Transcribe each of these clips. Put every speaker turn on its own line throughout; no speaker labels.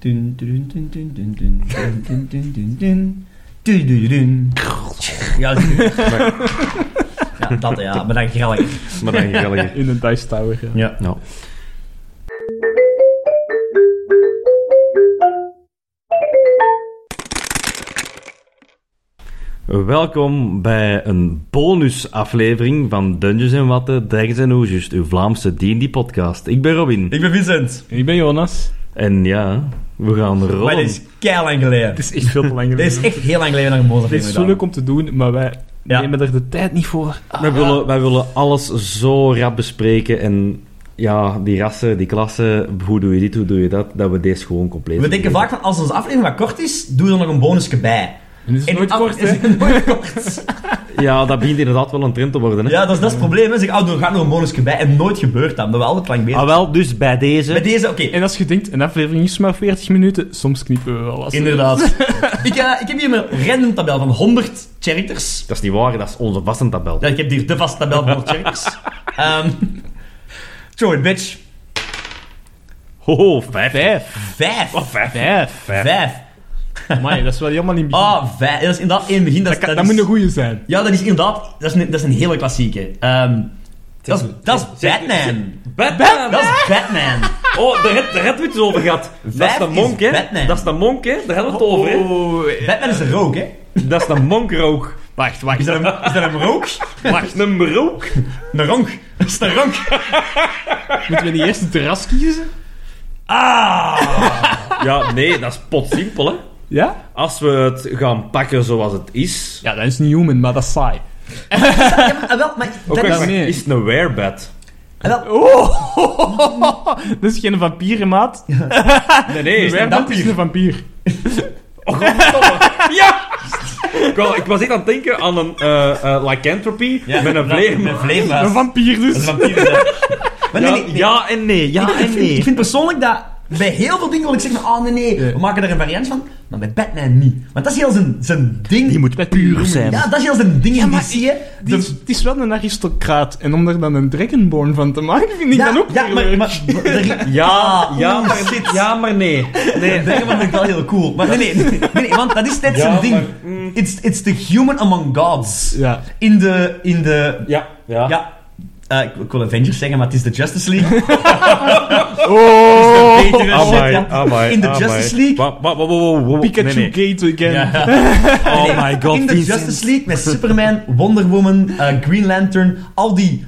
Dun, dun, dun, dun, dun, dun, dun, dun, dun, dun, dun. Dun, dun, dun. Ja, ja, dat ja, maar dan grillig.
Maar dan grillig.
In een Dice Tower, ja.
Ja.
Nou. Welkom bij een bonusaflevering van Dungeons en Watten, Dragons en Oezust, uw Vlaamse D&D-podcast. Ik ben Robin.
Ik ben Vincent.
En ik ben Jonas.
En ja, we gaan
Maar dit
rollen.
is kei lang geleden.
Het is echt veel te lang
Dit is
geleden.
echt heel lang geleden dat ik een boze
Dit is zo leuk om te doen, maar wij
Ja.
nemen er de tijd niet voor.
Wij willen, wij willen alles zo rap bespreken en ja, die rassen, die klassen, hoe doe je dit, hoe doe je dat, dat we deze gewoon compleet
We denken vaak van, als onze aflevering wat kort is, doe er nog een bonusje bij.
Het is
En
nooit
af-
kort,
is
hè?
het Nooit kort.
Ja, dat begint inderdaad wel een trend te worden. Hè?
Ja, dat is, dat is het probleem. Mensen zeggen, oh, doe- er gaat nog een bonusje bij. En nooit gebeurt dat. We zijn altijd lang bezig.
Ah, wel, dus bij deze.
Bij deze, oké.
En als je denkt, een aflevering is maar 40 minuten, soms knippen we wel wat.
Inderdaad. ik, eh, ik heb hier een random tabel van 100 characters.
Dat is niet waar, dat is onze vaste tabel.
Ja, ik heb hier de vaste tabel van 100 characters. Ehm throw it, bitch.
Hoho, vijf.
Vijf.
Vijf.
Oh, Vijf.
Vijf.
Amai, dat is wel helemaal niet begin.
Ah, vijf. Dat is inderdaad in het begin. Dat,
dat,
is-
kan,
dat
dat
is-
moet een goeie zijn.
Ja, dat is inderdaad... Dat is een, dat is een hele klassieke. Ehm dat is, dat is Batman.
Batman!
Dat is Batman.
Oh, daar hebben daar hebben we het eens over gehad. Dat
Vijf
is de
is
monk, hè?
Batman.
Dat is de monk, hè? Daar hadden we het over, hè?
Oh, eh,
Batman is een rook, hè?
Dat is de monkrook.
wacht,
Is
wacht.
dat een, is dat een rook?
Wacht, een rook?
Een ronk. Dat is een ronk.
Moeten we niet eerst een terras kiezen?
Ja, nee, dat is potsimpel, hè?
Ja?
Als we het gaan pakken zoals het is...
Ja, dat is niet human, maar dat is saai.
Ah, wel, maar
Ook
dat
al
is...
als- nee.
is het een werebed?
ah, wel,
Oh, dat is geen vampierenmaat.
Nee, nee.
Een werkman
vampier?
is een vampier.
Ja! Ik was, ik was echt aan het denken aan een eh eh lycanthropy
ja,
met een
dat-
vleermuis.
Een vleermuis.
Een vampier
Dat is
dus.
een vampier, hè. Maar nee,
Ja,
nee, nee.
ja en nee, ja
ik,
en
vind,
nee.
ik vind persoonlijk dat bij heel veel dingen wil ik zeggen, oh nee, nee, we maken daar een variant van, maar bij Batman niet. Want dat is heel zijn, zijn ding. Die moet
puur zijn.
Ja, dat is heel zijn ding in
maar
DC, hè.
Die is- Het is wel een aristocraat. En om daar dan een dragonborn van te maken, vind ik
ja,
dan ook
ja,
weer
maar,
leuk.
maar, maar-
Ja,
Ah,
ja,
oeh,
maar,
shit.
ja, maar nee. nee.
Dat vind ik wel heel cool. Maar nee, nee, nee, nee, nee, want dat is net
Ja,
zijn ding.
maar, mm.
it's, it's the human among gods.
Ja.
In de, in de,
Ja, ja.
ja, eh, ik, ik wil Avengers zeggen, maar het is de Justice League.
Oh,
Betere shit, ja.
amai,
In de
amai.
Justice League.
Wa- wa- wa- wa- wa- wa-
Pikachu
nee, nee.
Gate again.
Oh my god,
In de
Vincent.
Justice League met Superman, Wonder Woman, eh, Green Lantern, al die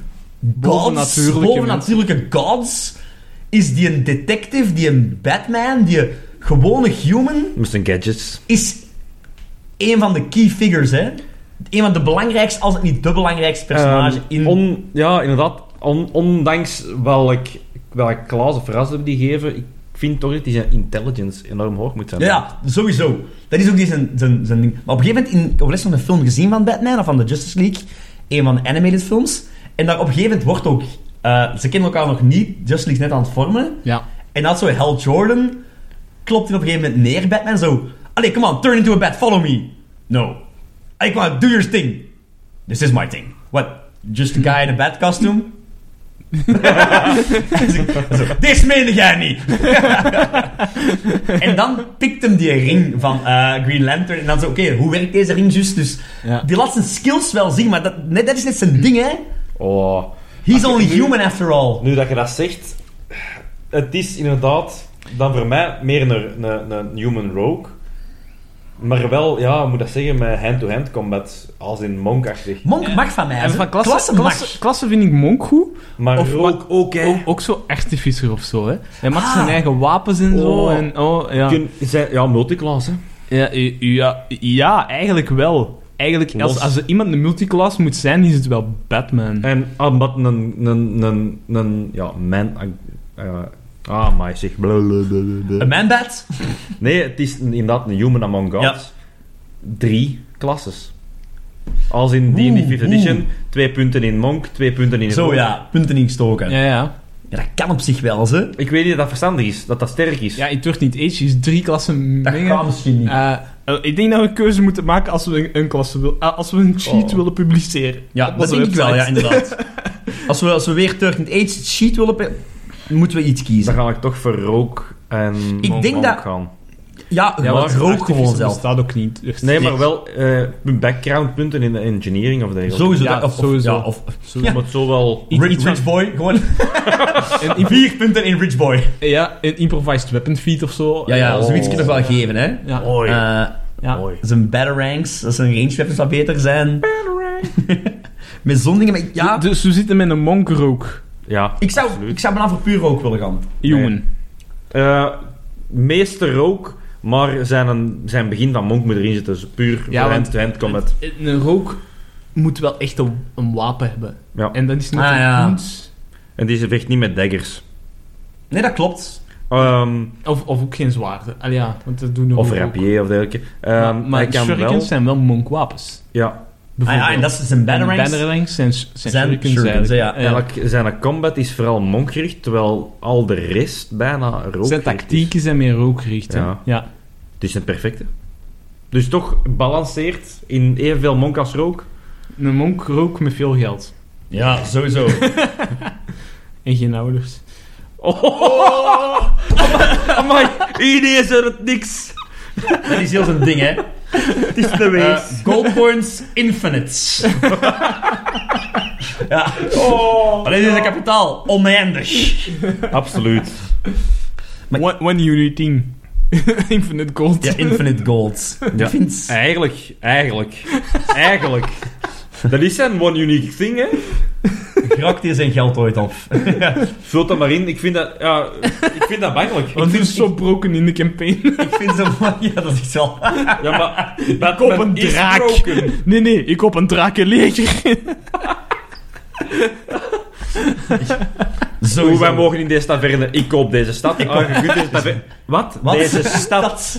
gods,
Bovennatuurlijke
bovennatuurlijke gods, is die een detective, die een Batman, die gewone human,
Met zijn gadgets.
is een van de key figures, hè? Een van de belangrijkste, als het niet de belangrijkste personage
Ehm,
in...
on- ja, inderdaad. On, ondanks welk, welk klaas of ras die geven, ik vind toch dat die zijn intelligence enorm hoog moet zijn.
Ja, ja, sowieso. Dat is ook die zijn, zijn, zijn ding. Maar op een gegeven moment, in, ik heb les nog een film gezien van Batman, of van de Justice League, een van de animated films. En daar op een gegeven moment wordt ook... eh, ze kennen elkaar nog niet, Justice League is net aan het vormen.
Ja.
En dat zo Hal Jordan klopt hij op een gegeven moment neer, Batman, zo... Allee, come on, turn into a bat, follow me. No. I come on, do your thing. This is my thing. What? Just a guy in a bat costume? Zo, Dit meende jij niet. en dan pikt hem die ring van eh, Green Lantern. En dan zo, oké, hoe werkt deze ring juist? Dus
Ja.
die laat zijn skills wel zien, maar dat, net, dat is net zijn ding, hè?
Oh.
He's
Als je
only
nu-
human after all.
Nu dat je dat zegt, het is inderdaad dan voor mij meer een, een, een human rogue. Maar wel, ja, hoe moet dat zeggen, met hand-to-hand combat, als in monkachtig.
Monk mag van mij.
En
hè.
van klasse,
klasse,
klasse,
mag.
klasse, vind ik Monk goed.
Maar
Of
rogue
wat-
ook, hè.
Ook, ook zo artificer of zo, hè. Hij maakt
Ah.
zijn eigen wapens en zo.
Oh.
En, oh, ja.
Kun- zijn- ja, multiclass, hè.
Ja, i- ja, ja, eigenlijk wel. Eigenlijk, als,
Los.
als er iemand een multiclass moet zijn, is het wel Batman.
En omdat een, een, een, een, ja, man... eh, ah, maar zeg... blablabla.
A man-bat?
Nee, het is een- inderdaad een human among gods. Drie klasses. Als in die in
Oeh,
die 5th edition, twee punten in monk, twee punten in
Zo
rogue.
ja, punten instoken.
Ja, ja.
Ja, dat kan op zich wel, ze.
Ik weet niet of dat verstandig is, dat dat sterk is.
Ja, het wordt niet Age, is drie klassen
Dat
mengen.
kan misschien niet.
Eh, eh, ik denk dat we een keuze moeten maken als we een, een klasse wil, ah, als we een sheet
Oh.
willen publiceren.
ja,
op
dat
onze
denk ik wel, ja,
website.
inderdaad. als, we, als we weer Turk in Age sheet willen... pe- Moeten we iets kiezen.
Dan ga ik toch voor rook en
Ik denk dat-
gaan.
Ja,
Ja,
maar
maar
het rook
Artificial
gewoon zelf.
bestaat ook niet. echt.
Nee, maar wel eh, backgroundpunten in de engineering of dergelijke.
Sowieso.
Ja,
dat- of, of-
sowieso.
ja, of
Zo, Maar het zo wel...
Iets-
Ri-
iets van-
Rich Boy, gewoon
Een impro-
vier punten in Rich Boy.
ja, een improvised weapon feat of zo.
Ja, ja,
Oh.
zoiets kun je nog wel geven, hè.
Ja.
Mooi.
Eh,
Ja.
Mooi.
zijn batarangs, dat zijn range weapons wat beter zijn. met zo'n dingen, maar ik- ja...
Dus we zitten met een monk-rook,
Ja,
Ik zou,
absoluut.
ik zou bijna voor puur rook willen gaan.
jongen.
Eh, meester rook, maar zijn, een, zijn begin van Monk moet erin zitten. Dus puur
Ja,
hand-
want-
hand combat.
Eh, Een rook moet wel echt een, een wapen hebben.
Ja.
En dat is niet
Ah,
een
ja.
kunst.
En deze vecht niet met daggers.
Nee, dat klopt.
Ehm,
Of, of ook geen zwaarden. Allee, ja, want dat doen
of
ook.
rapier of dergelijke. Ehm,
Ja,
hij
maar
kan
shurikens
wel...
zijn wel monkwapens.
Ja,
Ah, ja, en dat is zijn
En
batarangs.
batarangs zijn, zijn,
Zijn
shurikens
shurikens,
eigenlijk.
ja.
ja.
eigenlijk zijn combat is vooral monkgericht, terwijl al de rest bijna rook
Zijn tactieken zijn meer rookgericht. hè.
Ja.
ja.
Het is het perfecte. Dus toch balanceert in evenveel monk als rook.
Een monk rook met veel geld.
Ja, sowieso.
En geen ouders.
Oh, amai, idee is er niks.
dat is heel zijn ding, hè.
Het is de wees.
Eh, gold coins infinites. ja.
oh,
Alleen is het kapitaal oneindig.
Absoluut.
Maar-
One, one unit team. Infinite gold.
Ja, infinite gold.
Ja.
Ik vind...
Eigenlijk, eigenlijk, eigenlijk. Dat is zijn one unique thing, hè.
Grakt hier zijn geld ooit op.
Vult dat maar in. Ik vind dat, ja, ik vind dat bangelijk.
Want het is zo broken in de campaign.
ik vind zo van... Ja, dat is wel...
Ja, maar
koop een
Batman is
draak.
broken.
Nee, nee, ik op een drakenleger.
Sowieso.
Hoe wij mogen in deze taverne. Ik koop deze stad. Ah, je kunt deze taverne- Wat?
Wat?
Deze stad.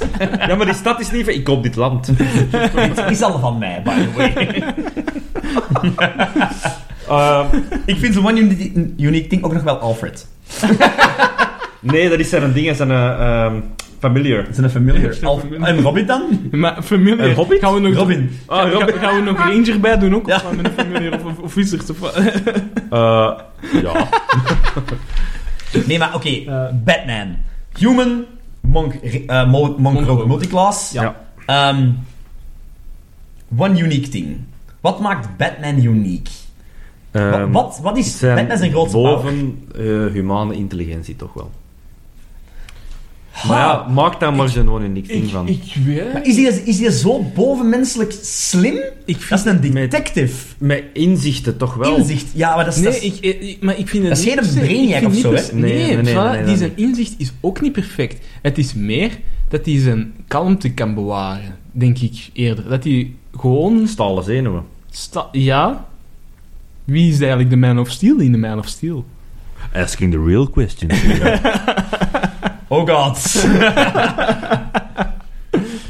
Ja, maar die stad is niet van... Ik koop dit land.
Het is al van mij, by the way.
Ehm,
ik vind zo'n one unique, unique ding ook nog wel Alfred.
nee, dat is zijn ding. Zijn eh, ehm, familiar.
Het is een familiar. Alf- en Robin dan?
Maar
Een
familie.
hobbit?
Gaan we nog
Robin.
Ah,
Ga-
Robin.
Gaan we nog ranger bij doen ook?
Ja.
Of gaan we een familie of, of, of wizard of wat?
Eh, ja.
Nee, maar oké.
Eh.
Batman. Human. Monk, eh mo- monk
Monk
rogue
rogue.
multiclass.
Ja.
Ehm, one unique thing. Wat maakt Batman uniek? Wa-
Ehm,
wat, wat is
zijn
Batman zijn grootste power?
boven eh, humane intelligentie toch wel.
Ha!
Maar ja, maak daar maar zo'n one unique ding van.
Maar
weet...
is die, is die zo bovenmenselijk slim?
Ik
Dat
vind...
is een
Met-
detective.
Met inzichten toch wel.
Inzicht. Ja, maar dat is...
Nee,
dat is-
ik, eh, ik- maar ik vind het
Dat is
niet
geen
per se- ik
brainiac
vind
of
niet
zo,
per
hè?
se-
Nee,
Nee,
nee, nee,
voilà,
nee, nee,
die
nee.
zijn inzicht is ook niet perfect. Het is meer dat hij zijn kalmte kan bewaren, denk ik eerder. Dat hij gewoon...
Stalen zenuwen.
Sta ja? Wie is eigenlijk de Man of Steel in de Man of Steel?
Asking the real question.
Oh god.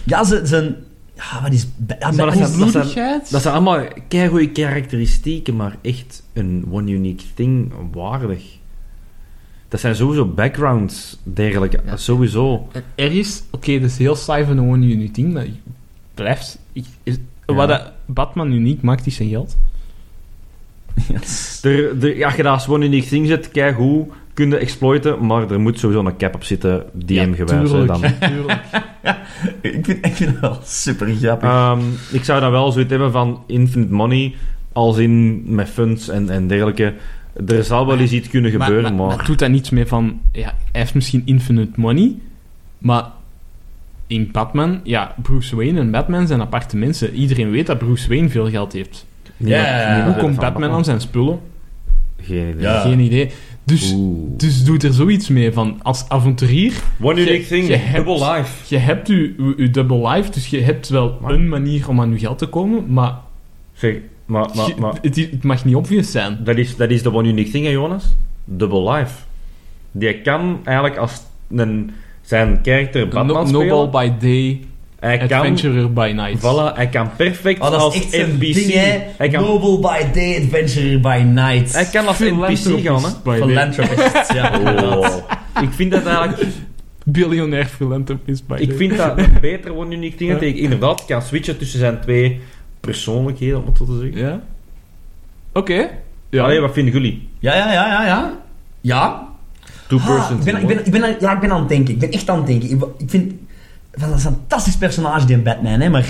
ja, ze, zijn... Ja, wat is... Ba- Ja,
Maar dat
Batman is
zijn- dat zijn-
Bloedigheid?
Dat zijn allemaal keigoede karakteristieken, maar echt een one unique thing waardig. Dat zijn sowieso backgrounds, dergelijke.
Ja.
Sowieso.
En er is, oké, dat is heel saai van de One Unit Team, maar ik- blijft. ik- is-
Ja.
Wat dat Batman uniek maakt, is zijn geld.
Yes.
Er, er, als je daar als one unique thing zet, keigoed, kun je exploiten, maar er moet sowieso een cap op zitten, DM-gewijs. hè,
tuurlijk,
dan.
tuurlijk.
Ik vind, ik vind dat wel super grappig.
Ehm, ik zou dan wel zoiets hebben van infinite money, als in met funds en, en dergelijke. Er zal wel eens iets kunnen
Maar-
gebeuren,
maar,
maar...
maar doet dat niets meer van... Ja, hij heeft misschien infinite money, maar in Batman... Ja, Bruce Wayne en Batman zijn aparte mensen. Iedereen weet dat Bruce Wayne veel geld heeft.
niemand-
Ja, ja, ja.
niemand
Hoe
weet
komt
van
Batman aan zijn spullen?
Geen idee.
Ja.
Geen idee. Dus,
Oeh.
dus doet er zoiets mee van... Als avonturier
One
Je-
unique thing,
je hebt-
double life.
Je hebt je, je, je double life, dus je hebt wel
Maar-
een manier om aan je geld te komen, maar,
Zeg, maar,
je-
maar, maar
het, is- het mag niet obvious zijn.
dat, is, dat is de one unique thing, hè, Jonas? Double life. Die kan eigenlijk als een, zijn karakter Batman
No,
spelen.
Nobel by day,
hij kan,
adventurer by night.
voilà, hij kan perfect
Oh, dat
als
is echt een
NPC.
ding, hè.
hij, kan,
Noble by day, adventurer by night.
hij kan als NPC gaan, hè?
Philanthropist by day.
Philanthropist, ja. inderdaad.
Oh. Ik vind dat eigenlijk...
Biljonair philanthropist by
Ik
day.
vind dat een beter one unique thing. Dat
Ja.
ik inderdaad kan switchen tussen zijn twee persoonlijkheden, om het zo te zeggen.
Ja? Oké. Ja.
Allee, wat vinden jullie?
Ja, ja, ja, ja, ja. Ja.
Two
Ah,
persons
ik
in
ben, ik ben,
one.
ik ben aan- ja, ik ben aan het denken. Ik ben echt aan het denken. Ik, ik vind... wel, Dat is een fantastisch personage, die Batman, hè. Maar...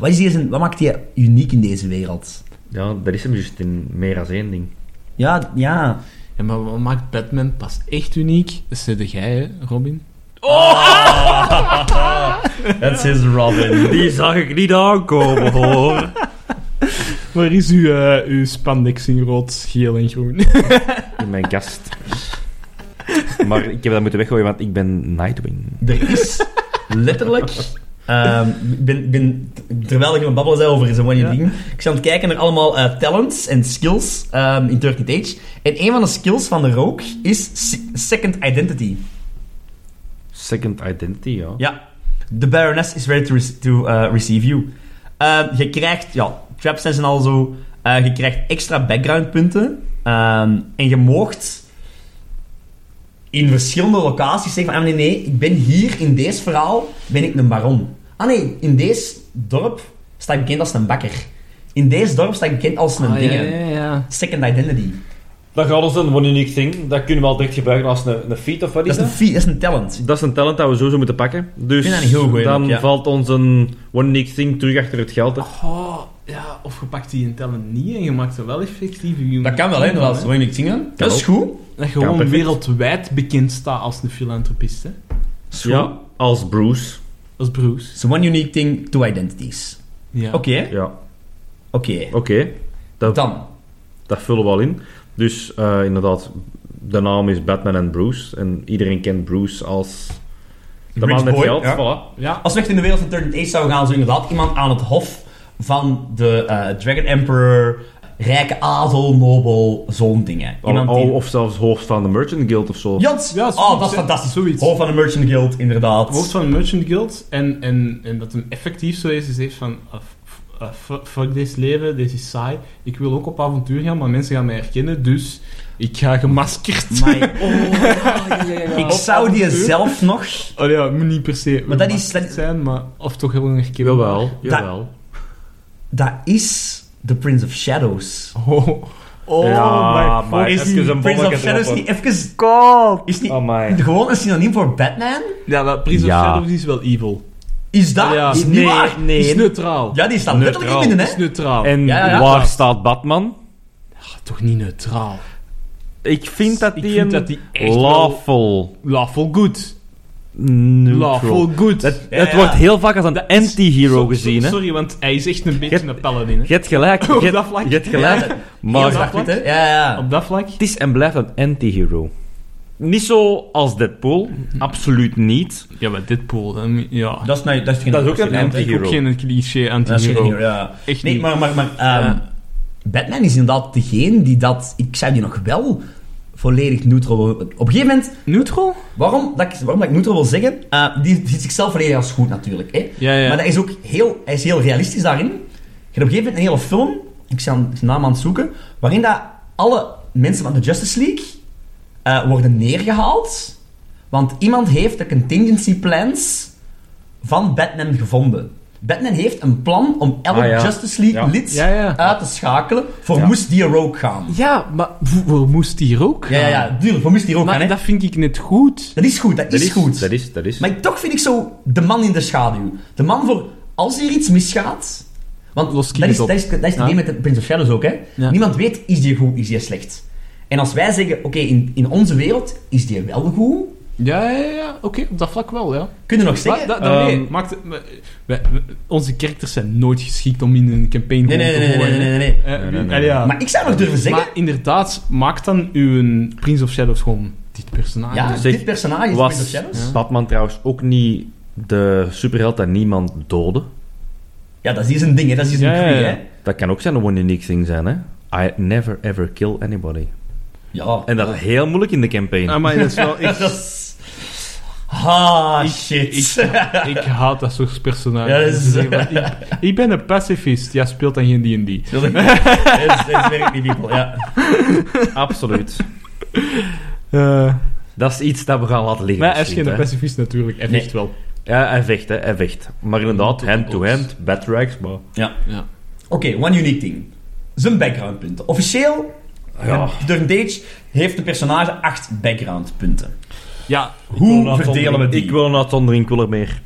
Wat, is die zijn, wat maakt hij uniek in deze wereld?
Ja, dat is hem juist in meer dan één ding.
Ja, ja.
Ja, maar wat maakt Batman pas echt uniek? Dat zei jij, hè, Robin?
Dat is Robin. Die zag ik niet aankomen, hoor.
Waar is uw, eh, uw spandex in rood, geel en groen?
In mijn kast. Maar ik heb dat moeten weggooien, want ik ben Nightwing.
Er is letterlijk... ehm, ik ben, ik ben, terwijl ik aan het babbelen ben over zo'n
Ja.
ding, ik zat aan het kijken naar allemaal eh, talents en skills ehm, in 13th Age. En een van de skills van de rook is se- Second Identity.
Second Identity, ja.
Ja. The Baroness is ready to, rec- to eh, receive you. Eh, je krijgt, ja, traps en al zo. Eh, je krijgt extra backgroundpunten. Ehm, en je moogt in verschillende locaties zeggen van... ah, nee, nee, ik ben hier, in deze verhaal, ben ik een baron. Ah nee, in deze dorp sta ik bekend als een bakker. In deze dorp sta ik bekend als een
Ah, ja,
dingen.
ja, ja.
Second identity.
Dat gaat ons een one unique thing. Dat kunnen we al direct gebruiken als een, een feat of wat
Dat is, een fee- dat is een talent.
Dat is een talent dat we sowieso moeten pakken. Dus
Ik vind dat een heel goeie
dan
look, ja. Ah,
valt ons een one unique thing terug achter het geld. hè.
Oh, ja, of je pakt die in tellen niet en je maakt er wel effectief je
Dat kan wel, hè, inderdaad. Zo ik zingen. Dat is goed.
Dat je gewoon
perfect.
wereldwijd bekend staat als een filantropist, hè.
Dat is goed.
Ja, als Bruce.
Als Bruce.
So one unique thing, two identities.
Ja.
Oké,
Ja,
oké.
oké. Dat,
Dan.
dat vullen we al in. Dus eh, inderdaad, de naam is Batman en Bruce. En iedereen kent Bruce als de
Rich
man met
boy,
geld.
ja.
Voilà.
Ja.
Als we echt in de wereld van Turn 8 zouden gaan, zou inderdaad iemand aan het hof van de eh, Dragon Emperor, rijke adel, nobel, zo'n dingen. Iemand
Al-
die...
Of zelfs hoofd van de Merchant Guild of zo.
Jans!
Ja, zoiets,
oh, dat is
hè.
fantastisch.
Zoiets.
Hoofd van de Merchant Guild, inderdaad.
Hoofd van de Merchant Guild en, en, en dat hem effectief zo is, is heeft van... ah, f- ah, fu- fuck dit leven, dit is saai. Ik wil ook op avontuur gaan, maar mensen gaan mij herkennen, dus ik ga gemaskerd.
Amai. Ik
Hoofd
zou die
avontuur.
zelf nog...
Oh ja, moet niet per se
Maar dat is-
gemaskerd zijn, maar of toch heel erg herkennen.
Jawel, jawel.
Dat is The Prince of Shadows.
Oh, oh
Ja,
my
maar-
fuck.
is
even
die
een
Prince of
bommetje
Shadows
erop,
niet even...
God.
Is niet
Amai.
gewoon een synoniem voor Batman?
Ja, maar Prince
Ja.
of Shadows is wel evil.
Is dat?
Ja.
Is niet
Nee,
waar?
nee.
Is neutraal.
Ja, die staat
Neutraal.
letterlijk in binnen,
Is
hè?
neutraal.
En
Ja, ja, ja.
waar staat Batman?
Ah, toch niet neutraal.
Ik vind dat
Ik
die
vind
een
dat die echt
lawful
Lawful good.
neutral-
Lawful good.
Het,
So-
het
ja.
wordt heel vaak als een anti-hero
so-
gezien, hè.
Sorry, want hij is echt een beetje
Je-
een paladin, hè.
Je hebt gelijk, je
Op
hebt-
dat vlak.
je hebt
Ja,
gelijk.
dat-
Maar
Heel
dat-
zwart-wit, hè? Ja, ja. ja.
Op dat vlak.
het is en blijft een anti-hero. Niet zo als Deadpool, absoluut niet.
Ja, maar Deadpool, dan... Ja.
Dat is, nou, dat is geen
Dat is ook een
geen-
anti-
Dat is ook
anti-hero.
geen cliché
Dat is geen
anti-hero.
hero, ja.
Echt
Nee,
niet.
maar, maar, maar ehm,
Ja.
Batman is inderdaad degene die dat... Ik zou die nog wel volledig neutral... wil- Op een gegeven moment...
Neutral?
Waarom dat ik, waarom dat ik neutral wil zeggen... eh, die ziet zichzelf volledig als goed natuurlijk. Hè?
Ja, ja.
Maar dat is ook heel, hij is heel realistisch daarin. Je hebt op een gegeven moment een hele film... Ik zal de naam aan het zoeken. Waarin dat alle mensen van de Justice League... eh, worden neergehaald. Want iemand heeft de contingency plans van Batman gevonden. Batman heeft een plan om elk
Ah, ja.
Justice League
Ja.
lid
Ja, ja.
uit te schakelen voor
Ja.
moest die rogue gaan.
Ja, maar voor moest die er ook
Ja, ja, ja, duurlijk, voor moest die rogue gaan.
Maar
Hè?
dat vind ik net goed.
Dat is goed, dat, is, goed.
Dat is, dat is.
Maar toch vind ik zo de man in de schaduw. De man voor als hier iets misgaat. Want
Lost
dat
Keys
is, dat
op.
is, dat is het
Ja.
ding met de Prince of Shadows ook. Hè?
Ja.
Niemand weet, is die goed, is die slecht. En als wij zeggen, oké, in, in onze wereld is die wel goed,
Ja, ja, ja. Oké, op dat vlak wel, ja.
kunnen we nog
Maar,
zeggen...
da, da, nee,
Ehm,
maakt, het- we- we- we- onze characters zijn nooit geschikt om in een campaign
nee,
gewoon
nee,
te
nee, nee, nee,
gooien.
nee, nee, nee.
Eh,
Nee,
wie-
nee, nee.
allee, ja.
Maar ik zou nog durven zeggen...
Maar inderdaad, maak dan uw Prince of Shadows gewoon dit personage.
ja,
zeg,
dit personage is Prince of
Was
Shadows.
Batman trouwens ook niet de superheld dat niemand doodde?
Ja, dat is hier zijn ding, hè. Dat is hier zijn
Ja, ja,
creed,
ja.
hè.
Dat kan ook zijn een one unique thing zijn, hè. I never ever kill anybody.
Ja.
En dat is heel moeilijk in de campaign.
Ah, maar dat is wel
dat
echt...
is... Ah,
Ik-
shit.
Ik, ik haat dat soort personages.
Ja, dat is-
Ik, zeg maar, ik, ik ben een pacifist. Ja, speelt dan geen D&D.
Dat is- dat is werkt niet, people, ja.
Absoluut.
Eh,
Dat is iets dat we gaan laten liggen.
maar hij is
misschien,
geen
hè.
pacifist natuurlijk. Hij
Nee.
vecht wel.
Ja, hij vecht, hè. Hij vecht. Maar inderdaad,
Tot de
hand-to-hand, batrags, maar...
Ja.
Ja.
Oké, one unique thing. Zijn backgroundpunten. Officieel
Ja.
En Door een Dage heeft een personage 8 backgroundpunten.
Ja,
Hoe verdelen we die?
Ik wil een uitzondering, ik wil er meer.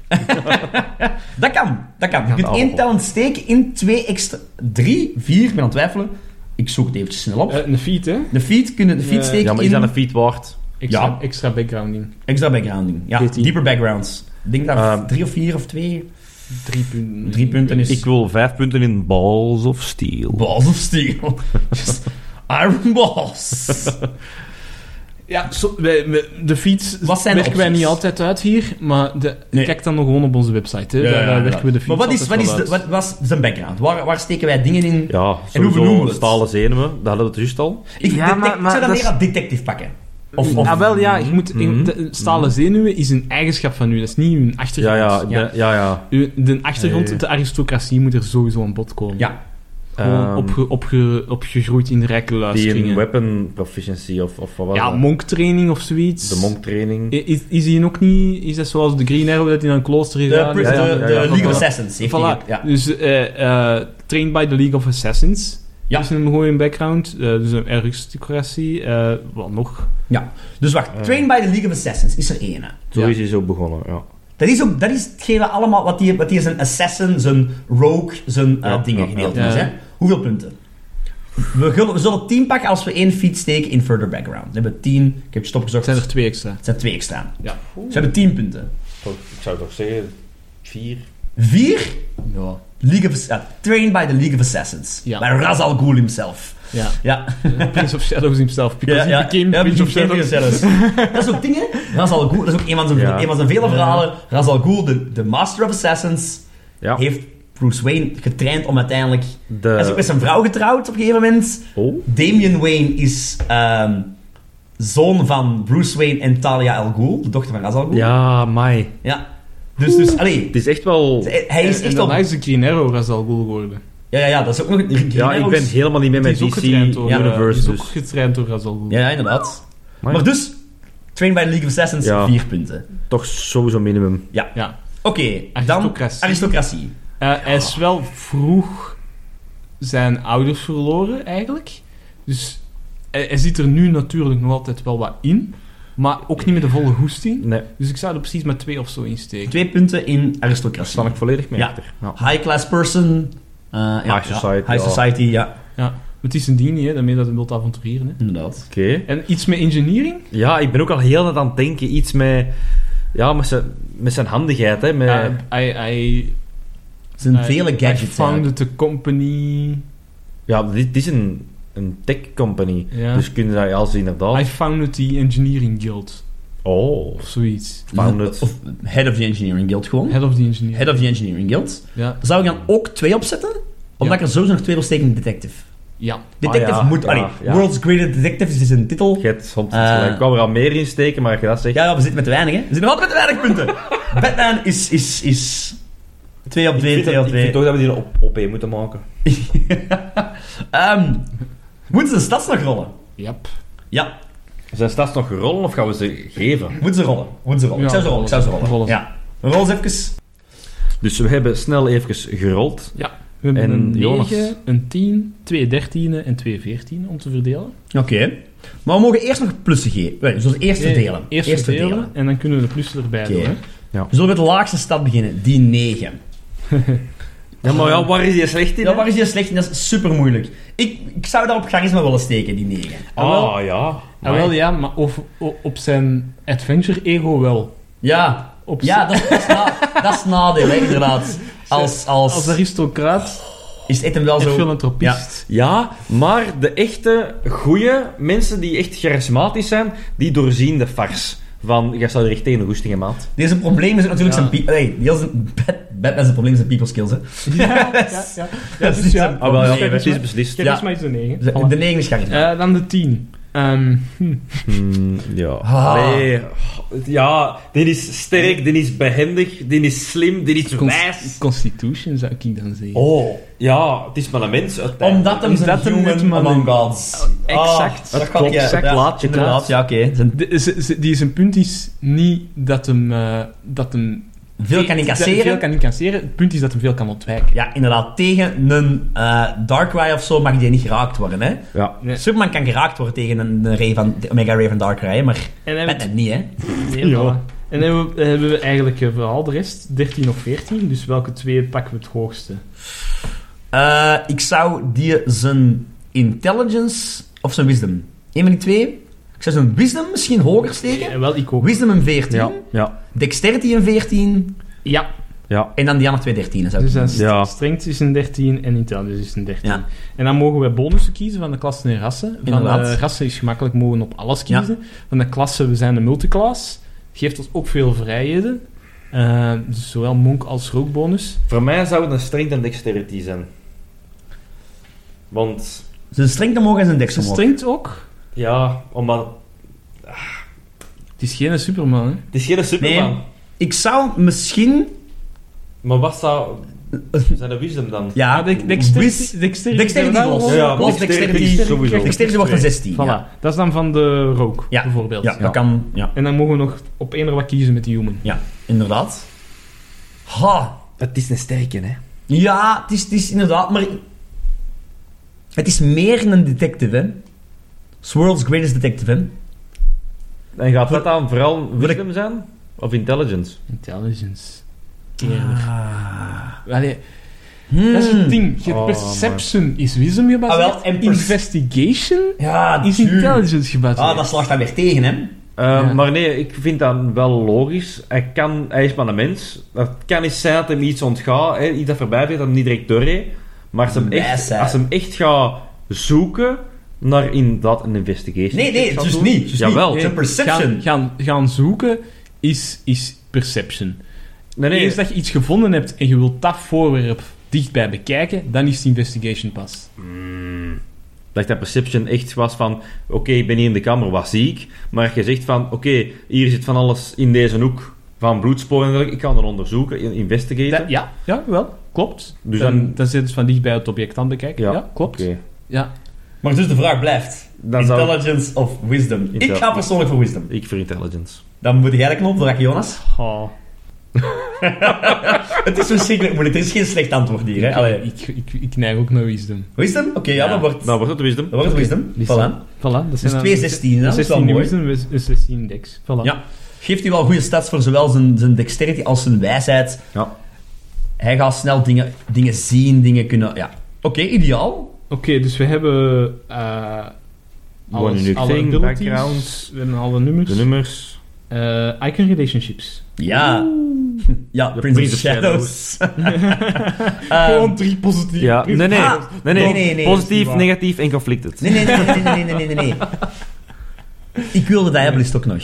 Dat kan, dat kan. Je
Ja,
kunt
dat
één
wel.
talent steken in twee extra... Drie, vier, ik ben aan het twijfelen. Ik zoek het eventjes snel op.
eh, een feat, hè?
de feed kunnen de feed
eh,
steken
Ja, maar is
in
dat een feat waard?
Extra,
Ja.
extra backgrounding.
extra backgrounding. Ja,
14.
dieper backgrounds. Ik denk dat
Ehm,
drie of vier of twee...
Drie punten.
Drie punten is...
Ik wil vijf punten in Balls of Steel.
Balls of steel. Just Iron balls.
Ja, zo, wij- wij- de feats
Wat zijn de
werken wij
opties?
niet altijd uit hier, maar de,
Nee.
kijk dan nog gewoon op onze website. Hè.
Ja,
daar,
ja,
daar
ja.
werken we de feats
Maar wat is,
altijd
wat is
wel
de,
uit.
wat was zijn background? Waar, waar steken wij dingen in?
Ja,
benoemen we
sowieso
het?
stalen zenuwen. Dat hadden we het juist al.
Ik,
Ja,
detect-
maar- maar
zou dat
dat
meer
is-
aan detective pakken? Of, of
ah, wel, ja. Je moet, je-
Mhm.
de- stalen zenuwen is een eigenschap van u. Dat is niet uw
Ja,
achtergrond.
ja, ik ben- ja. ja.
Uw- de achtergrond,
Nee.
de aristocratie moet er sowieso aan bod komen.
Ja.
Gewoon
Ehm,
opge- opge- opgegroeid in de rijke
Die een
luisteringen.
weapon proficiency of, of wat was
Ja,
dat?
monktraining of zoiets.
De monktraining.
I- Is, is hij ook niet... Is dat zoals de Green Arrow dat hij naar een klooster is?
de,
gegaan?
pri-
ja, ja,
de-
ja,
de
ja, ja.
League of
Voilà.
Assassins heeft
Voilà.
die- ja.
Dus eh, eh, trained by the League of Assassins.
Ja.
Ja. is een mooie background. Eh, dus een aristocratie. eh, wat nog?
Dus wacht, Train by the League of Assassins is er één. hè.
Zo
ja.
is hij zo begonnen, ja.
Dat is, ook, dat is hetgeen wat allemaal wat die, wat die zijn assassin, zijn rogue, zijn eh,
Ja,
dingen
ja,
gedeeld
ja.
is.
Ja.
Hè? Hoeveel punten? We, gul- we zullen 10 pakken als we één feat steken in further background. We hebben 10, ik heb het
Het
stopgezocht,
zijn er twee extra.
het zijn twee extra.
Ja.
Ze hebben 10 punten.
Ik zou toch zeggen, vier.
4,
Ja.
League of, ja, Train by the League of Assassins.
Ja.
Bij Raz Al Ghul himself.
ja.
Ja.
Prince of Shadows himself. Because
Ja,
he
ja.
became
Ja,
Prince of
Prince
Shadows.
of Dat is ook dingen. Ras Al Ghul, dat is ook een van zijn,
Ja.
een van zijn vele verhalen. Ras Al Ghul, de, de Master of Assassins,
Ja.
heeft Bruce Wayne getraind om uiteindelijk... Hij is ook met
De...
zijn vrouw getrouwd op een gegeven moment.
Oh?
Damian Wayne is ehm, zoon van Bruce Wayne en Talia Al Ghul, de dochter van Ras Al Ghul.
Ja, mai.
Ja. Dus, dus, allee.
Het is echt wel...
Hij is
En- en
echt
daarna
op...
is de Green Arrow Ra's al Ghul geworden.
Ja, ja, ja, dat is ook nog... een-
Ja, ik ben helemaal niet mee
Die
met
is
DC
ook getraind door, eh,
Universe,
die is ook
dus...
getraind door Ra's al Ghul.
Ja, ja, inderdaad.
Maar,
Maar dus, Train by the League of Assassins,
Ja.
4 punten.
toch sowieso minimum.
Ja.
Oké, dan
Aristocratie.
aristocratie.
Eh, Hij is wel vroeg zijn ouders verloren, eigenlijk. Dus hij, hij zit er nu natuurlijk nog altijd wel wat in. Maar ook niet met de volle goesting.
Nee,
Dus ik zou er precies met twee of zo insteken.
Twee punten in
daar
aristocratie.
sta ik volledig mee
Ja.
achter. Ja.
High class person. eh, ja, ja,
High society,
High
ja.
society, ja.
Maar het is een ding, niet, hè, daarmee dat hij wilt avontureren. Hè.
Inderdaad.
Oké.
En iets met engineering?
Ja, ik ben ook al heel net aan het denken. Iets met... Ja, met zijn, met zijn handigheid, hè. Met,
I, I, I,
Eh, Er zijn
I-
vele
I
gadgets. eigenlijk.
founded the company.
Ja, dit, dit is een, een tech company.
Ja.
Dus kunnen daar als inderdaad...
I founded the engineering guild.
Oh.
Of zoiets.
Founded.
Of head of the engineering guild gewoon.
Head of the engineering.
Head of the engineering guild.
Ja.
Zou ik dan ook twee opzetten? Omdat
Ja.
ik er sowieso nog twee wil steken in detective.
ja.
Detective
Ah, ja,
moet...
ja,
allee,
ja.
World's Greatest Detective is dus een titel.
Je hebt soms
Eh.
gelijk. Ik kwam er al meer in steken, maar als je dat zegt...
Ja, ja, we zitten met te weinig, hè. We zitten nog altijd met te weinig punten. Batman is... is, is... 2 op
Ik
2,
vind,
2
dat,
op
ik vind
2.
toch dat we die een op, op één moeten maken.
Ehm, moeten ze de stads nog rollen?
Yep.
Ja,
Zijn stads nog rollen of gaan we ze geven?
moeten ze rollen. Moeten ze rollen.
Ja,
ik zou ze rollen. Ik zou ze rollen.
rollen ze.
Ja. Rol eens even.
Dus we hebben snel even gerold.
We hebben
En
een 9,
Jonas.
een 10, twee 13 en twee 14 om te verdelen.
Oké. Maar we mogen eerst nog plussen geven. Nee, we zullen eerst
Nee,
verdelen.
Eerst, verdelen, en dan kunnen we de plussen erbij
Oké.
doen. Hè?
We zullen met de laagste stad beginnen. Die 9.
Ja, maar ja, waar is die slecht in?
Ja,
hè?
waar is die slecht in? Dat is super moeilijk. Ik, ik zou daar op charisma willen steken, die 9.
Ah, ja.
Ah, wel ja, maar of, o- op zijn adventure-ego wel.
Ja.
Op
Ja,
zijn-
dat, dat, is, na, dat is nadeel, hè, inderdaad. Als, als,
als aristocraat
is het hem wel
en
zo...
filantropist.
Ja, maar de echte, goede mensen die echt charismatisch zijn, die doorzien de farce. Van, jij staat er echt tegen de goesting in maat.
Deze probleem is ook natuurlijk
Ja.
zijn... pe- Nee, heel zijn, Bat- Batman zijn probleem zijn people skills, hè.
Ja, ja, ja. Ja,
Dat is
dus ja.
een-
Ah, wel, ja,
Nee,
het
maar-
is beslist.
Ja.
Kijk, maar eens de 9.
De 9 is charisma.
Eh, dan de 10. Ehm, hm.
Hmm, ja.
Ah.
Allee. Ja, dit is sterk, dit is behendig, dit is slim, dit is
Cons-
wijs.
Constitution zou ik dan zeggen.
Oh, ja, het is maar een mens uiteindelijk.
Omdat hem
Is
zijn
dat hem
human
net maar
among
een-
gods.
Exact.
Ah, dat
Het
kan
klopt,
je.
exact.
Ja,
Laat je thuis.
inderdaad, ja, oké. Zijn-
De- ze- ze- die zijn punt is niet dat hem, eh, dat hem
veel kan incasseren.
Veel kan incasseren. Het punt is dat hem veel kan ontwijken.
Ja, inderdaad. Tegen een eh Darkrai of zo mag die niet geraakt worden, hè.
Ja.
Nee.
Superman kan geraakt worden tegen een, een Ray van, de Omega Ray van Darkrai, hè, maar
En hebben we
Batman niet, hè.
Nee,
Ja.
voilà. En dan hebben we, dan hebben we eigenlijk eh, vooral de rest, 13 of 14. Dus welke twee pakken we het hoogste?
Eh, ik zou die zijn intelligence of zijn wisdom. Eén van die twee. Ik zou zijn wisdom misschien hoger steken.
En Eh, wel, ik ook.
Wisdom een 14.
Ja. Ja.
Dexterity een 14.
Ja,
Ja.
En dan die andere twee 13 zou ik
dus dat is
Ja.
strength is een 13 en intelligence is een 13.
Ja.
En dan mogen we bonussen kiezen van de klassen en rassen. Van de
Inderdaad.
rassen is gemakkelijk, mogen we op alles kiezen. Van de klassen, we zijn de multiclass. Geeft ons ook veel vrijheden. Eh, dus zowel monk als rookbonus.
Voor mij zou het een strength en dexterity zijn. Want,
Zijn strength omhoog en zijn dex
Ze
omhoog.
strengt ook.
ja, oh, omdat...
Het is geen Superman, hè?
Het is geen Superman.
Nee. Ik zou misschien...
Maar wat zou... Zijn de wisdom dan?
Ja,
Ah, de- dexterity-
wis-
dexterity-
dexterity
Ja,
los.
ja, ja,
los
dexterity
dexterity.
sowieso.
Dexterity wordt een 16.
Voilà.
Ja.
Dat is dan van de rook,
Ja.
bijvoorbeeld.
Ja, dat kan. Ja,
En dan mogen we nog op één er wat kiezen met de human.
ja inderdaad. Ha,
Het is een sterke, hè?
Ja, het is, het is inderdaad, maar... Het is meer een detective, hè. It's world's greatest detective, hè.
En gaat dat dan vooral
Wil ik-
wisdom zijn? Of intelligence?
Intelligence.
Ah.
Allee,
Hmm.
Dat is het ding. Je
Oh,
perception is wisdom gebaseerd.
Ah, wel, en pers-
investigation
Ja,
is
tuurlijk.
intelligence gebaseerd.
Ah, dat slaagt daar weer tegen, hè.
Eh,
Ja.
Maar nee, ik vind dat wel logisch. Hij, kan, hij is maar een mens. Het kan eens zijn dat hem iets ontgaat, hè, iets dat voorbij vliegt, dat hem niet direct doorheeft. Maar als hem, echt,
Wijsheid.
als hem echt gaat zoeken naar inderdaad een investigation.
Nee, nee,
check
het
gaat
is
doen.
niet. het is
Jawel.
niet. Het is een
Gaan,
perception.
gaan, gaan zoeken is, is perception.
Nee, nee.
Eens dat je iets gevonden hebt en je wilt dat voorwerp dichtbij bekijken, dan is het investigation pas.
Mm. Dat dat perception echt was van, oké, ik ben hier in de kamer, wat zie ik? Maar je zegt van, oké, hier zit van alles in deze hoek van bloedsporen en dergelijke. Ik kan dat onderzoeken, in- investigaten.
Dat- ja, ja, wel. Klopt.
Dus
dan,
dan-
dan, zit het van dichtbij het object aan bekijken. Ja,
Ja,
klopt.
Oké.
Ja.
Maar dus de vraag blijft.
Dan zou-
Intelligence of wisdom? Ik ga
Intelligence.
persoonlijk voor wisdom.
Ik voor intelligence.
Dan moet jij de knop dragen, Jonas.
Oh.
Het is verschrikkelijk moeilijk. Er is geen slecht antwoord hier, hè. Allee.
Ik, ik, ik neig ook naar wisdom.
Wisdom? Oké, ja, dan wordt...
Nou, wordt het wisdom.
Dan wordt het wisdom. Voilà.
Voilà, dat
Dus
zijn
twee 16, dat is wel
16
mooi.
wisdom, is- is 16 dex. Voilà.
Ja. Geeft hij wel goede stats voor zowel zijn, zijn dexterity als zijn wijsheid.
Ja.
Hij gaat snel dingen, dingen zien, dingen kunnen... Ja. Oké, ideaal.
Oké, dus we hebben eh
One
alles,
unique
alle
thing,
abilities,
backgrounds.
we hebben alle nummers.
De nummers.
Eh, icon relationships.
Ja. Ja,
De
Prince of
Prince of
Shadows. Ehm,
Gewoon drie positieve.
Ja, nee, nee.
Ah,
nee, nee.
nee, nee, nee, dat is niet
Positief,
waar.
negatief en conflicted.
nee, nee, nee, nee, nee, nee, nee, nee, nee. Ik wil de Diabolist ook nog.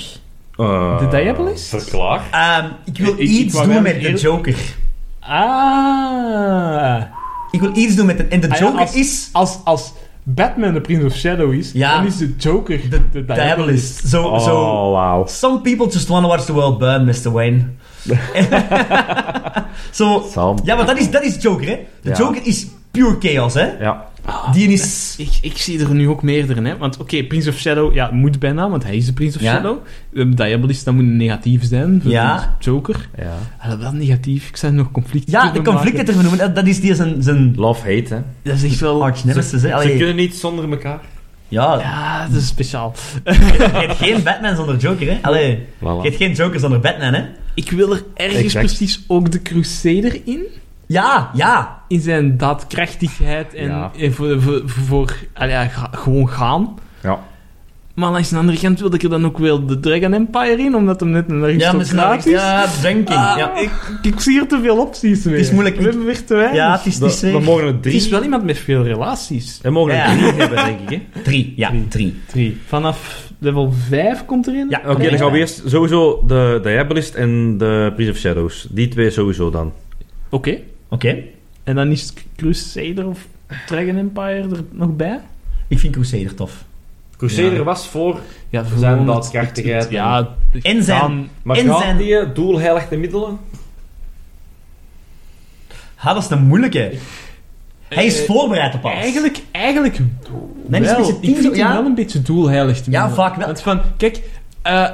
Eh,
De Diabolist?
Verklaar.
Ehm, ik wil
Ik- ik
iets
wou
doen
wel
met de
heel-
Joker.
Ah.
Ik wil iets doen met de... En de
Ah ja,
Joker
als-
is...
Als, als Batman de Prince of Shadow is,
Ja.
dan is de Joker
De
de
Diabolist. Zo,
Oh,
zo...
wauw.
Some people just want to watch the world burn, Mr. Wayne. Zo,
Sam.
ja, maar dat is, dat is Joker, hè? De
Ja.
Joker is pure chaos, hè?
Ja.
Ah,
Die is.
Ik, ik zie er nu ook meerdere, hè. Want, oké, Prince of Shadow, ja, moet bijna, want hij is de Prince of
Ja.
Shadow. Eh, Diabolist, dat moet een negatief zijn voor
Ja.
de Joker.
ja.
Ah, wel negatief, ik zou er nog conflicten
Ja,
over
de
maken.
conflicten te noemen, dat, dat is die zijn, zijn
Love, hate, hè.
Dat is echt wel...
arch nemesis, hè?
Ze
Allee,
kunnen niet zonder elkaar.
ja, je
Ja, dat is speciaal.
hebt geen Batman zonder Joker, hè? Allee, je
Voilà.
hebt geen Joker zonder Batman, hè?
Ik wil er ergens
Exact.
precies ook de Crusader in.
Ja, ja.
In zijn daadkrachtigheid en,
Ja.
en voor, voor, voor ah ja, ga- gewoon gaan.
Ja.
Maar langs de andere kant wilde ik er dan ook wel de Dragon Empire in, omdat hem net een
Ja,
aristocraat
misschien
is.
Ja, drinking.
Ah,
ja.
ik, ik zie er te veel opties mee.
Het is moeilijk,
We
ik-
hebben weer te weinig.
ja, het is, het
We,
is
we
weer-
mogen er
Er
drie.
is wel iemand met veel relaties.
We mogen er
Ja.
drie hebben, denk ik, hè.
Drie, ja, drie.
Drie. Vanaf level 5 komt erin.
Ja,
Oké, dan gaan we eerst sowieso de Diabolist en de Prince of Shadows. Die twee sowieso dan.
Oké.
Oké.
En dan is Crusader of Dragon Empire er nog bij?
Ik vind Crusader tof.
Crusader
Ja.
was voor,
Ja,
Zijn
gewoon het-
daadkrachtigheid
het- Ja,
En zijn-
gaan-
maar
En
gaat
zijn-
die doel heilig de middelen?
Ha, dat is een moeilijke. Hij is
Eh,
voorbereid op alles.
Eigenlijk, eigenlijk
Nee,
wel.
dat is een beetje
ik vind
tien-
hem
ja.
wel een beetje doelheilig. te
Ja,
noemen.
vaak wel.
Want van, kijk, eh,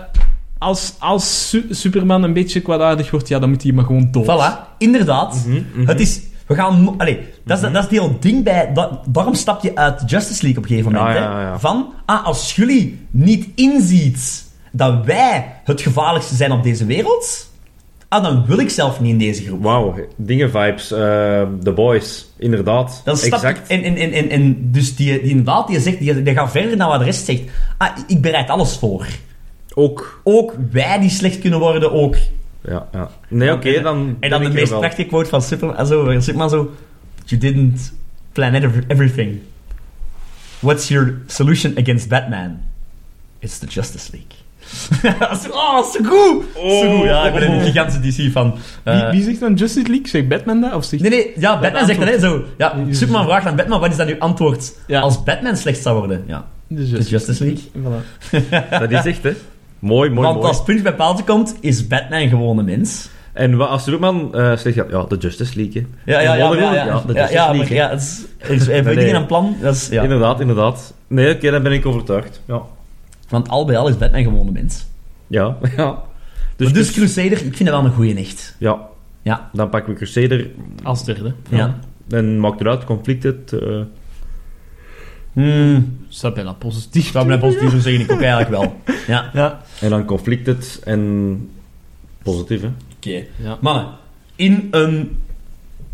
als, als Su- Superman een beetje kwaadaardig wordt, ja, dan moet hij maar gewoon dood.
Voilà, inderdaad.
Mhm. Hm,
Het is... We gaan... mo- Allee, dat is, dat is het hele ding bij... da- daarom stap je uit Justice League op een gegeven moment.
Ja,
hè.
ja, ja.
Van, ah, als jullie niet inziet dat wij het gevaarlijkste zijn op deze wereld, ah, dan wil ik zelf niet in deze groep.
Wauw, dingen vibes. eh, The Boys, inderdaad.
Dan stap
exact.
En, en, en, en, en dus die, die inderdaad, die, zegt, die, die gaat verder dan wat de rest zegt. Ah, ik bereid alles voor.
Ook.
Ook wij die slecht kunnen worden, ook.
Ja, ja. Nee, oké, dan.
En
ben
dan de
ik er
meest
wel.
prachtige quote van Superman, Ah, zo, van Superman zo... You didn't plan ev- everything. What's your solution against Batman? It's the Justice League. Dat is- oh, zo goed! zo goed, ja. Ik ben een
oh.
gigantische DC van. eh,
Wie, wie zegt dan Justice League? Zegt Batman dat? Of zegt...
Nee, nee, ja, Batman zegt dat, hè, zo. Ja,
Nee, die is-
Superman vraagt aan Batman, wat is dan uw antwoord
Ja.
als Batman slecht zou worden? Ja,
Dus
het is Justice League.
Voilà.
Dat is echt, hè? Mooi, mooi,
Want
mooi.
als puntje bij paaltje komt, is Batman gewoon een mens.
En wat als Superman eh slecht gaat, ja, de Justice League. hè.
Ja, ja, ja.
Wonder
Ja,
Woman,
ja, ja,
de
ja,
Justice
ja,
League,
maar
hè.
ja, het is- er is-
Nee,
Hebben we
nee.
dingen een plan? Dat is, ja.
Inderdaad, inderdaad. Nee, oké, daar ben ik overtuigd. Ja.
Want al bij al is Batman gewoon een mens.
Ja, ja.
Dus, dus Crusader, ik vind dat wel een goede nicht.
ja.
Ja.
Dan pakken we Crusader
Als derde.
Ja.
en maakt eruit, conflict het. eh,
Hmm.
Zou bijna positief.
Zou mijn positief zo zeggen, ik ook eigenlijk wel. Ja.
Ja.
en dan conflict het en positief, hè.
Oké.
ja.
Mannen, in een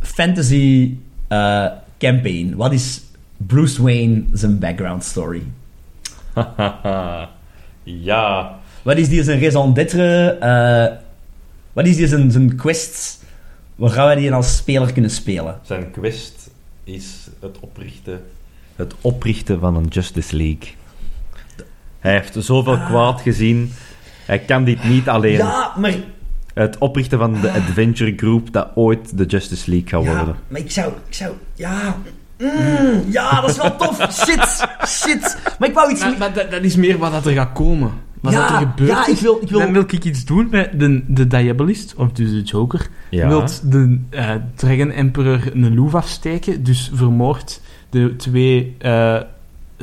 fantasy eh, campaign, wat is Bruce Wayne zijn background story?
ja.
Wat is die zijn raison d'être? eh, wat is die zijn, zijn quest? Waar gaan wij die als speler kunnen spelen?
Zijn quest is het oprichten... Het oprichten van een Justice League. Hij heeft zoveel kwaad gezien. Hij kan dit niet alleen.
Ja, maar,
Het oprichten van de Adventure Group dat ooit de Justice League gaat
ja,
worden.
maar ik zou... Ik zou ja, mm, ja, dat is wel tof. Shit, shit. Maar ik wou iets...
Maar, maar dat, dat is meer wat dat er gaat komen. Wat
ja,
dat er gebeurt.
ja, ik wil... Ik wil
Dan wil ik iets doen met de, de Diabolist, of dus de Joker.
Ja.
Wilt de eh, Dragon Emperor een loef afsteken, dus vermoordt de twee... eh,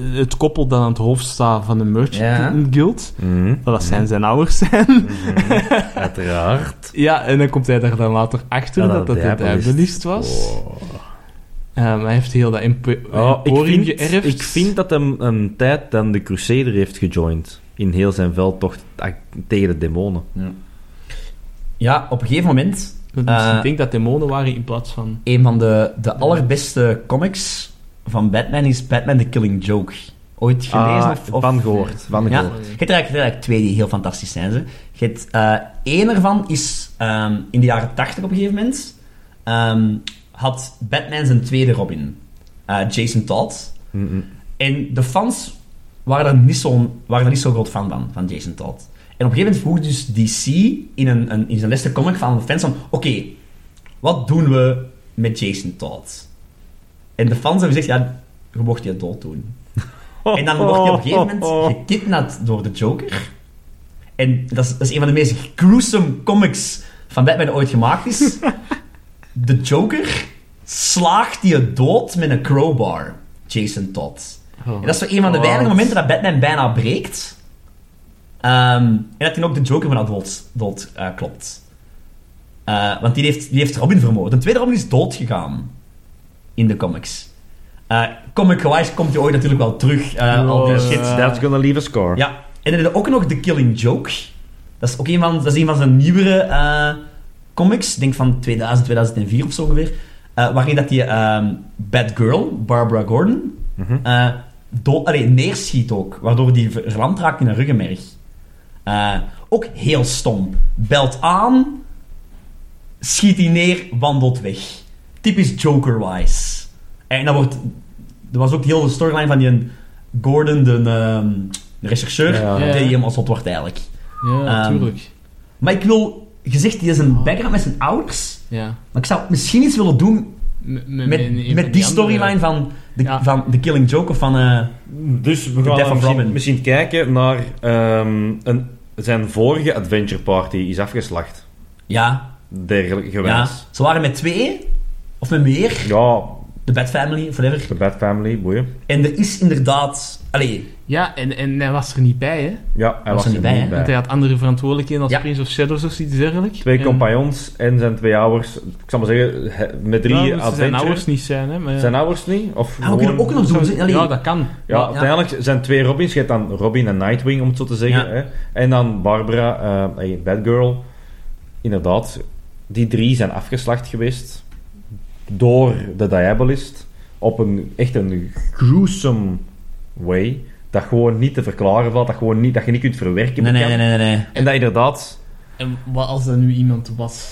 het koppel dat aan het hoofd staat van de Merchant
Ja.
Guild.
Mhm.
Dat dat zijn zijn ouders zijn.
Mhm. Uiteraard.
ja, en dan komt hij daar dan later achter dat dat de
Diabolist.
Diabolist was.
Oh.
Eh, maar hij heeft heel dat empo-
Oh, ik,
emporium
vind,
geërfd.
ik vind dat hem een tijd dan de Crusader heeft gejoind. In heel zijn veldtocht ac- tegen de demonen.
Ja, op een gegeven moment...
Want
Eh,
ik denk dat demonen waren in plaats van...
Een van de, de allerbeste comics van Batman is Batman The Killing Joke. Ooit gelezen
Ah,
of, of...
Van gehoord. Van
Ja, je
gehoord.
hebt er eigenlijk, je hebt er eigenlijk twee die heel fantastisch zijn. Ze. Je hebt, eh, één ervan is ehm, in de jaren tachtig op een gegeven moment. ehm, had Batman zijn tweede Robin, eh, Jason Todd.
Mhm.
En de fans waren er niet zo'n waren er niet zo'n groot fan van, van Jason Todd. En op een gegeven moment vroeg dus DC in, een, een- in zijn laatste comic van de fans van... Oké, wat doen we met Jason Todd? En de fans hebben gezegd, ja, je mocht je dood doen. En dan wordt hij op een gegeven moment gekidnapt door de Joker. En dat is, dat is een van de meest gruesome comics van Batman ooit gemaakt is. De Joker slaagt die dood met een crowbar, Jason Todd.
Oh.
En dat is zo een van de weinige momenten dat Batman bijna breekt. Ehm, en dat hij ook de Joker van dood, dood eh, klopt. Eh, want die heeft, die heeft Robin vermoord. De tweede Robin is dood gegaan. In de comics. Eh Comic-wise komt hij ooit natuurlijk wel terug. eh,
Oh,
al die
eh,
shit.
Kids, that's gonna leave a score.
Ja. En dan heb je ook nog The Killing Joke. Dat is ook een van, dat is een van zijn nieuwere eh, comics. Ik denk van 2000, 2004 of zo ongeveer. Eh, waarin dat die ehm Bad Girl, Barbara Gordon,
Mhm.
eh, dood, allee, neerschiet ook. Waardoor die verlamd raakt in een ruggenmerg. Eh, ook heel stom. Belt aan, schiet die neer, wandelt weg. Typisch Joker-wise. En dan wordt... Er was ook heel de storyline van die Gordon, de, ehm, de rechercheur,
Ja.
die
Ja.
helemaal zot wordt eigenlijk.
Ja,
Ehm,
natuurlijk.
Maar ik wil... Gezegd, die is een background met zijn ouders.
Ja.
Maar ik zou misschien iets willen doen
M- m- een
met,
van
met die
andere-
storyline van de,
Ja.
van de Killing Joke of van... eh,
Dus we
Death
gaan
of
dan misschien,
Robin.
misschien kijken naar ehm, een, zijn vorige Adventure Party is afgeslacht.
ja,
Dergelijk
ja,
gewijs.
ze waren met twee, of met meer,
Ja,
de Bat Family, of whatever.
de Bat Family, boeien.
En er is inderdaad... Allee,
Ja, en, en hij was er niet bij, hè?
Ja, hij was,
Was er
er
niet bij, hè?
niet bij.
Want hij had andere verantwoordelijkheden als
Ja.
Prince of Shadows of iets dergelijks.
Twee
eh,
En-
compagnons en zijn twee ouders. Ik zal maar zeggen, he- met drie
Ja, moeten
adventures.
zijn ouders niet zijn, hè? Maar,
Zijn ouders niet? Of
Ah, eh, we kunnen ook nog zo zien. Allee,
ja, dat kan.
Ja,
Ja.
uiteindelijk zijn twee Robins. Je hebt dan Robin en Nightwing, om het zo te zeggen.
Ja.
Hè? En dan Barbara, eh, hey, Batgirl. Inderdaad, die drie zijn afgeslacht geweest door de Diabolist. Op een echt een gruesome way. Dat gewoon niet te verklaren valt. Dat, gewoon niet, dat je niet kunt verwerken.
Nee, nee, nee,
bekend.
nee, nee.
En dat inderdaad...
En wat als er nu iemand was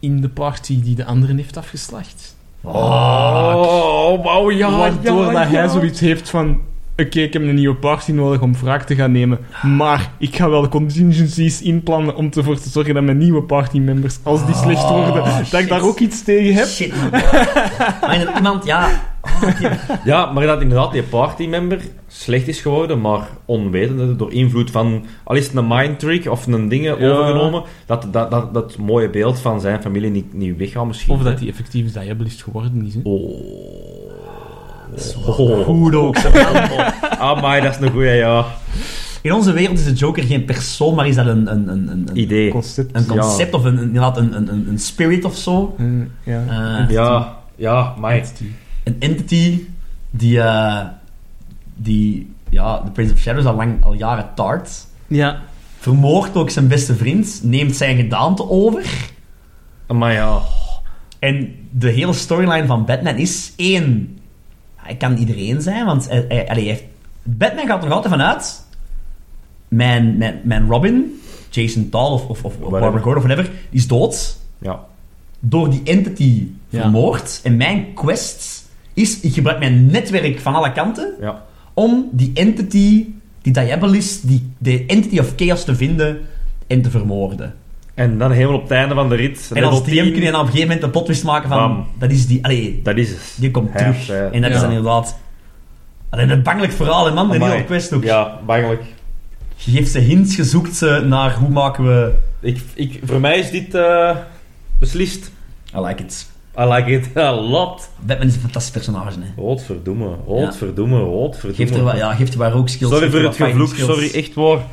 in de party die de anderen heeft afgeslacht?
Ah,
Oh, wauw, ja,
Waardoor
ja,
dat hij
ja.
zoiets heeft van... Oké, ik heb een nieuwe party nodig om wraak te gaan nemen. Maar ik ga wel contingencies inplannen om ervoor te zorgen dat mijn nieuwe partymembers, als die slecht worden, dat
shit.
ik daar ook iets tegen heb.
Shit, man. maar in- iemand, ja... Oh, die-
Ja, maar dat inderdaad die partymember slecht is geworden, maar onwetende door invloed van, al is het een mind trick of een dingen
Ja.
overgenomen, dat, dat, dat dat mooie beeld van zijn familie niet, niet weggaat misschien.
Of dat hij effectief is diabolist geworden is. Hè?
Oh. Oh.
Goed ook. zo.
Amai, dat is een goeie, ja.
In onze wereld is de Joker geen persoon, maar is dat een... een, een, een, een
Idee.
Concept.
Een concept of een, een, inderdaad een, een, een- een spirit of zo.
Eh, ja.
Eh,
Ja, ja, amai.
een entity die, eh, die ja, de Prince of Shadows al, lang, al jaren taart.
Ja.
Vermoordt ook zijn beste vriend, neemt zijn gedaante over.
Amai, ja.
En de hele storyline van Batman is één. Hij kan iedereen zijn, want hij, hij- allee, hij heeft, Batman gaat er nog altijd vanuit. Mijn, mijn, mijn Robin, Jason Todd of, of, of
Whatever.
Barbara Gordon of whatever, die is dood.
Ja.
door die entity
Ja.
vermoord. En mijn quest is, ik gebruik mijn netwerk van alle kanten
Ja.
om die entity, die Diabolist, die, de entity of chaos te vinden en te vermoorden.
En dan helemaal op het einde van de rit.
en als
level
DM
10,
kun je dan op een gegeven moment een potwist maken van,
Bam.
dat is die, allee,
Dat is het. eh,
die komt
Ja,
terug.
ja.
En dat is
Ja.
dan inderdaad, alleen een bangelijk verhaal, hè, man, de
Amai.
hele quest ook.
Ja, bangelijk.
Je geeft ze hints, je zoekt ze naar hoe maken we...
Ik, ik, voor mij is dit eh, beslist.
I like it.
I like it a lot.
Batman is een fantastisch personage, hè.
Godverdomme, godverdomme,
Geeft er,
godverdomme.
wat- ja, geeft er wat rookskills.
sorry
geeft
voor
er
het
wat fighting
gevloek,
skills.
sorry, echt waar.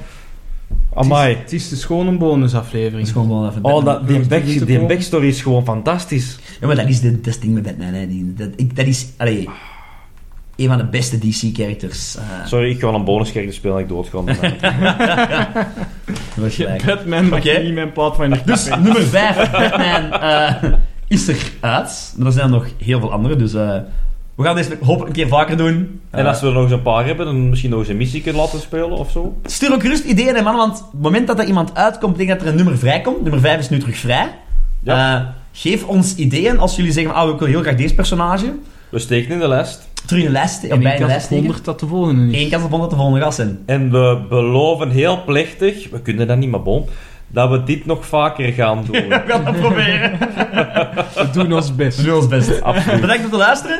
Het
Amai.
is, het is dus gewoon een bonusaflevering.
Dat is gewoon wel even
Oh,
Batman.
dat, die,
Wordt
back,
niet te
die
komen.
backstory is gewoon fantastisch.
Ja, maar dat is de, dat is het ding met Batman. Hè. Die, dat, ik, dat is allee, een van de beste DC-characters. eh
Sorry, ik ga een bonuskerk spelen en ik dood gewoon.
wordt gelijk.
Batman mag
Oké.
niet mijn plaat van je
Dus nummer 5, Batman, eh, is eruit. Maar er zijn nog heel veel andere, dus eh, we gaan deze hopelijk een keer vaker doen.
en als we er nog eens een paar hebben, dan misschien nog eens een missie kunnen laten spelen of zo.
Stuur ook gerust ideeën, hè, man, want op het moment dat er iemand uitkomt, denk ik dat er een nummer vrij komt. Nummer 5 is nu terug vrij.
Ja.
Eh, geef ons ideeën als jullie zeggen, ah, ik wil heel graag deze personage.
We steken in de lijst.
Terug in de lijst,
En
ja, bij
ik
de
had
lijst
het
steken.
100 dat de volgende is.
Eén kans op 100 de volgende gast zijn.
En we beloven heel plechtig, we kunnen dat niet, maar bon, dat we dit nog vaker gaan doen.
We gaan het proberen.
We doen ons best.
We doen ons best.
Absoluut.
Bedankt voor het luisteren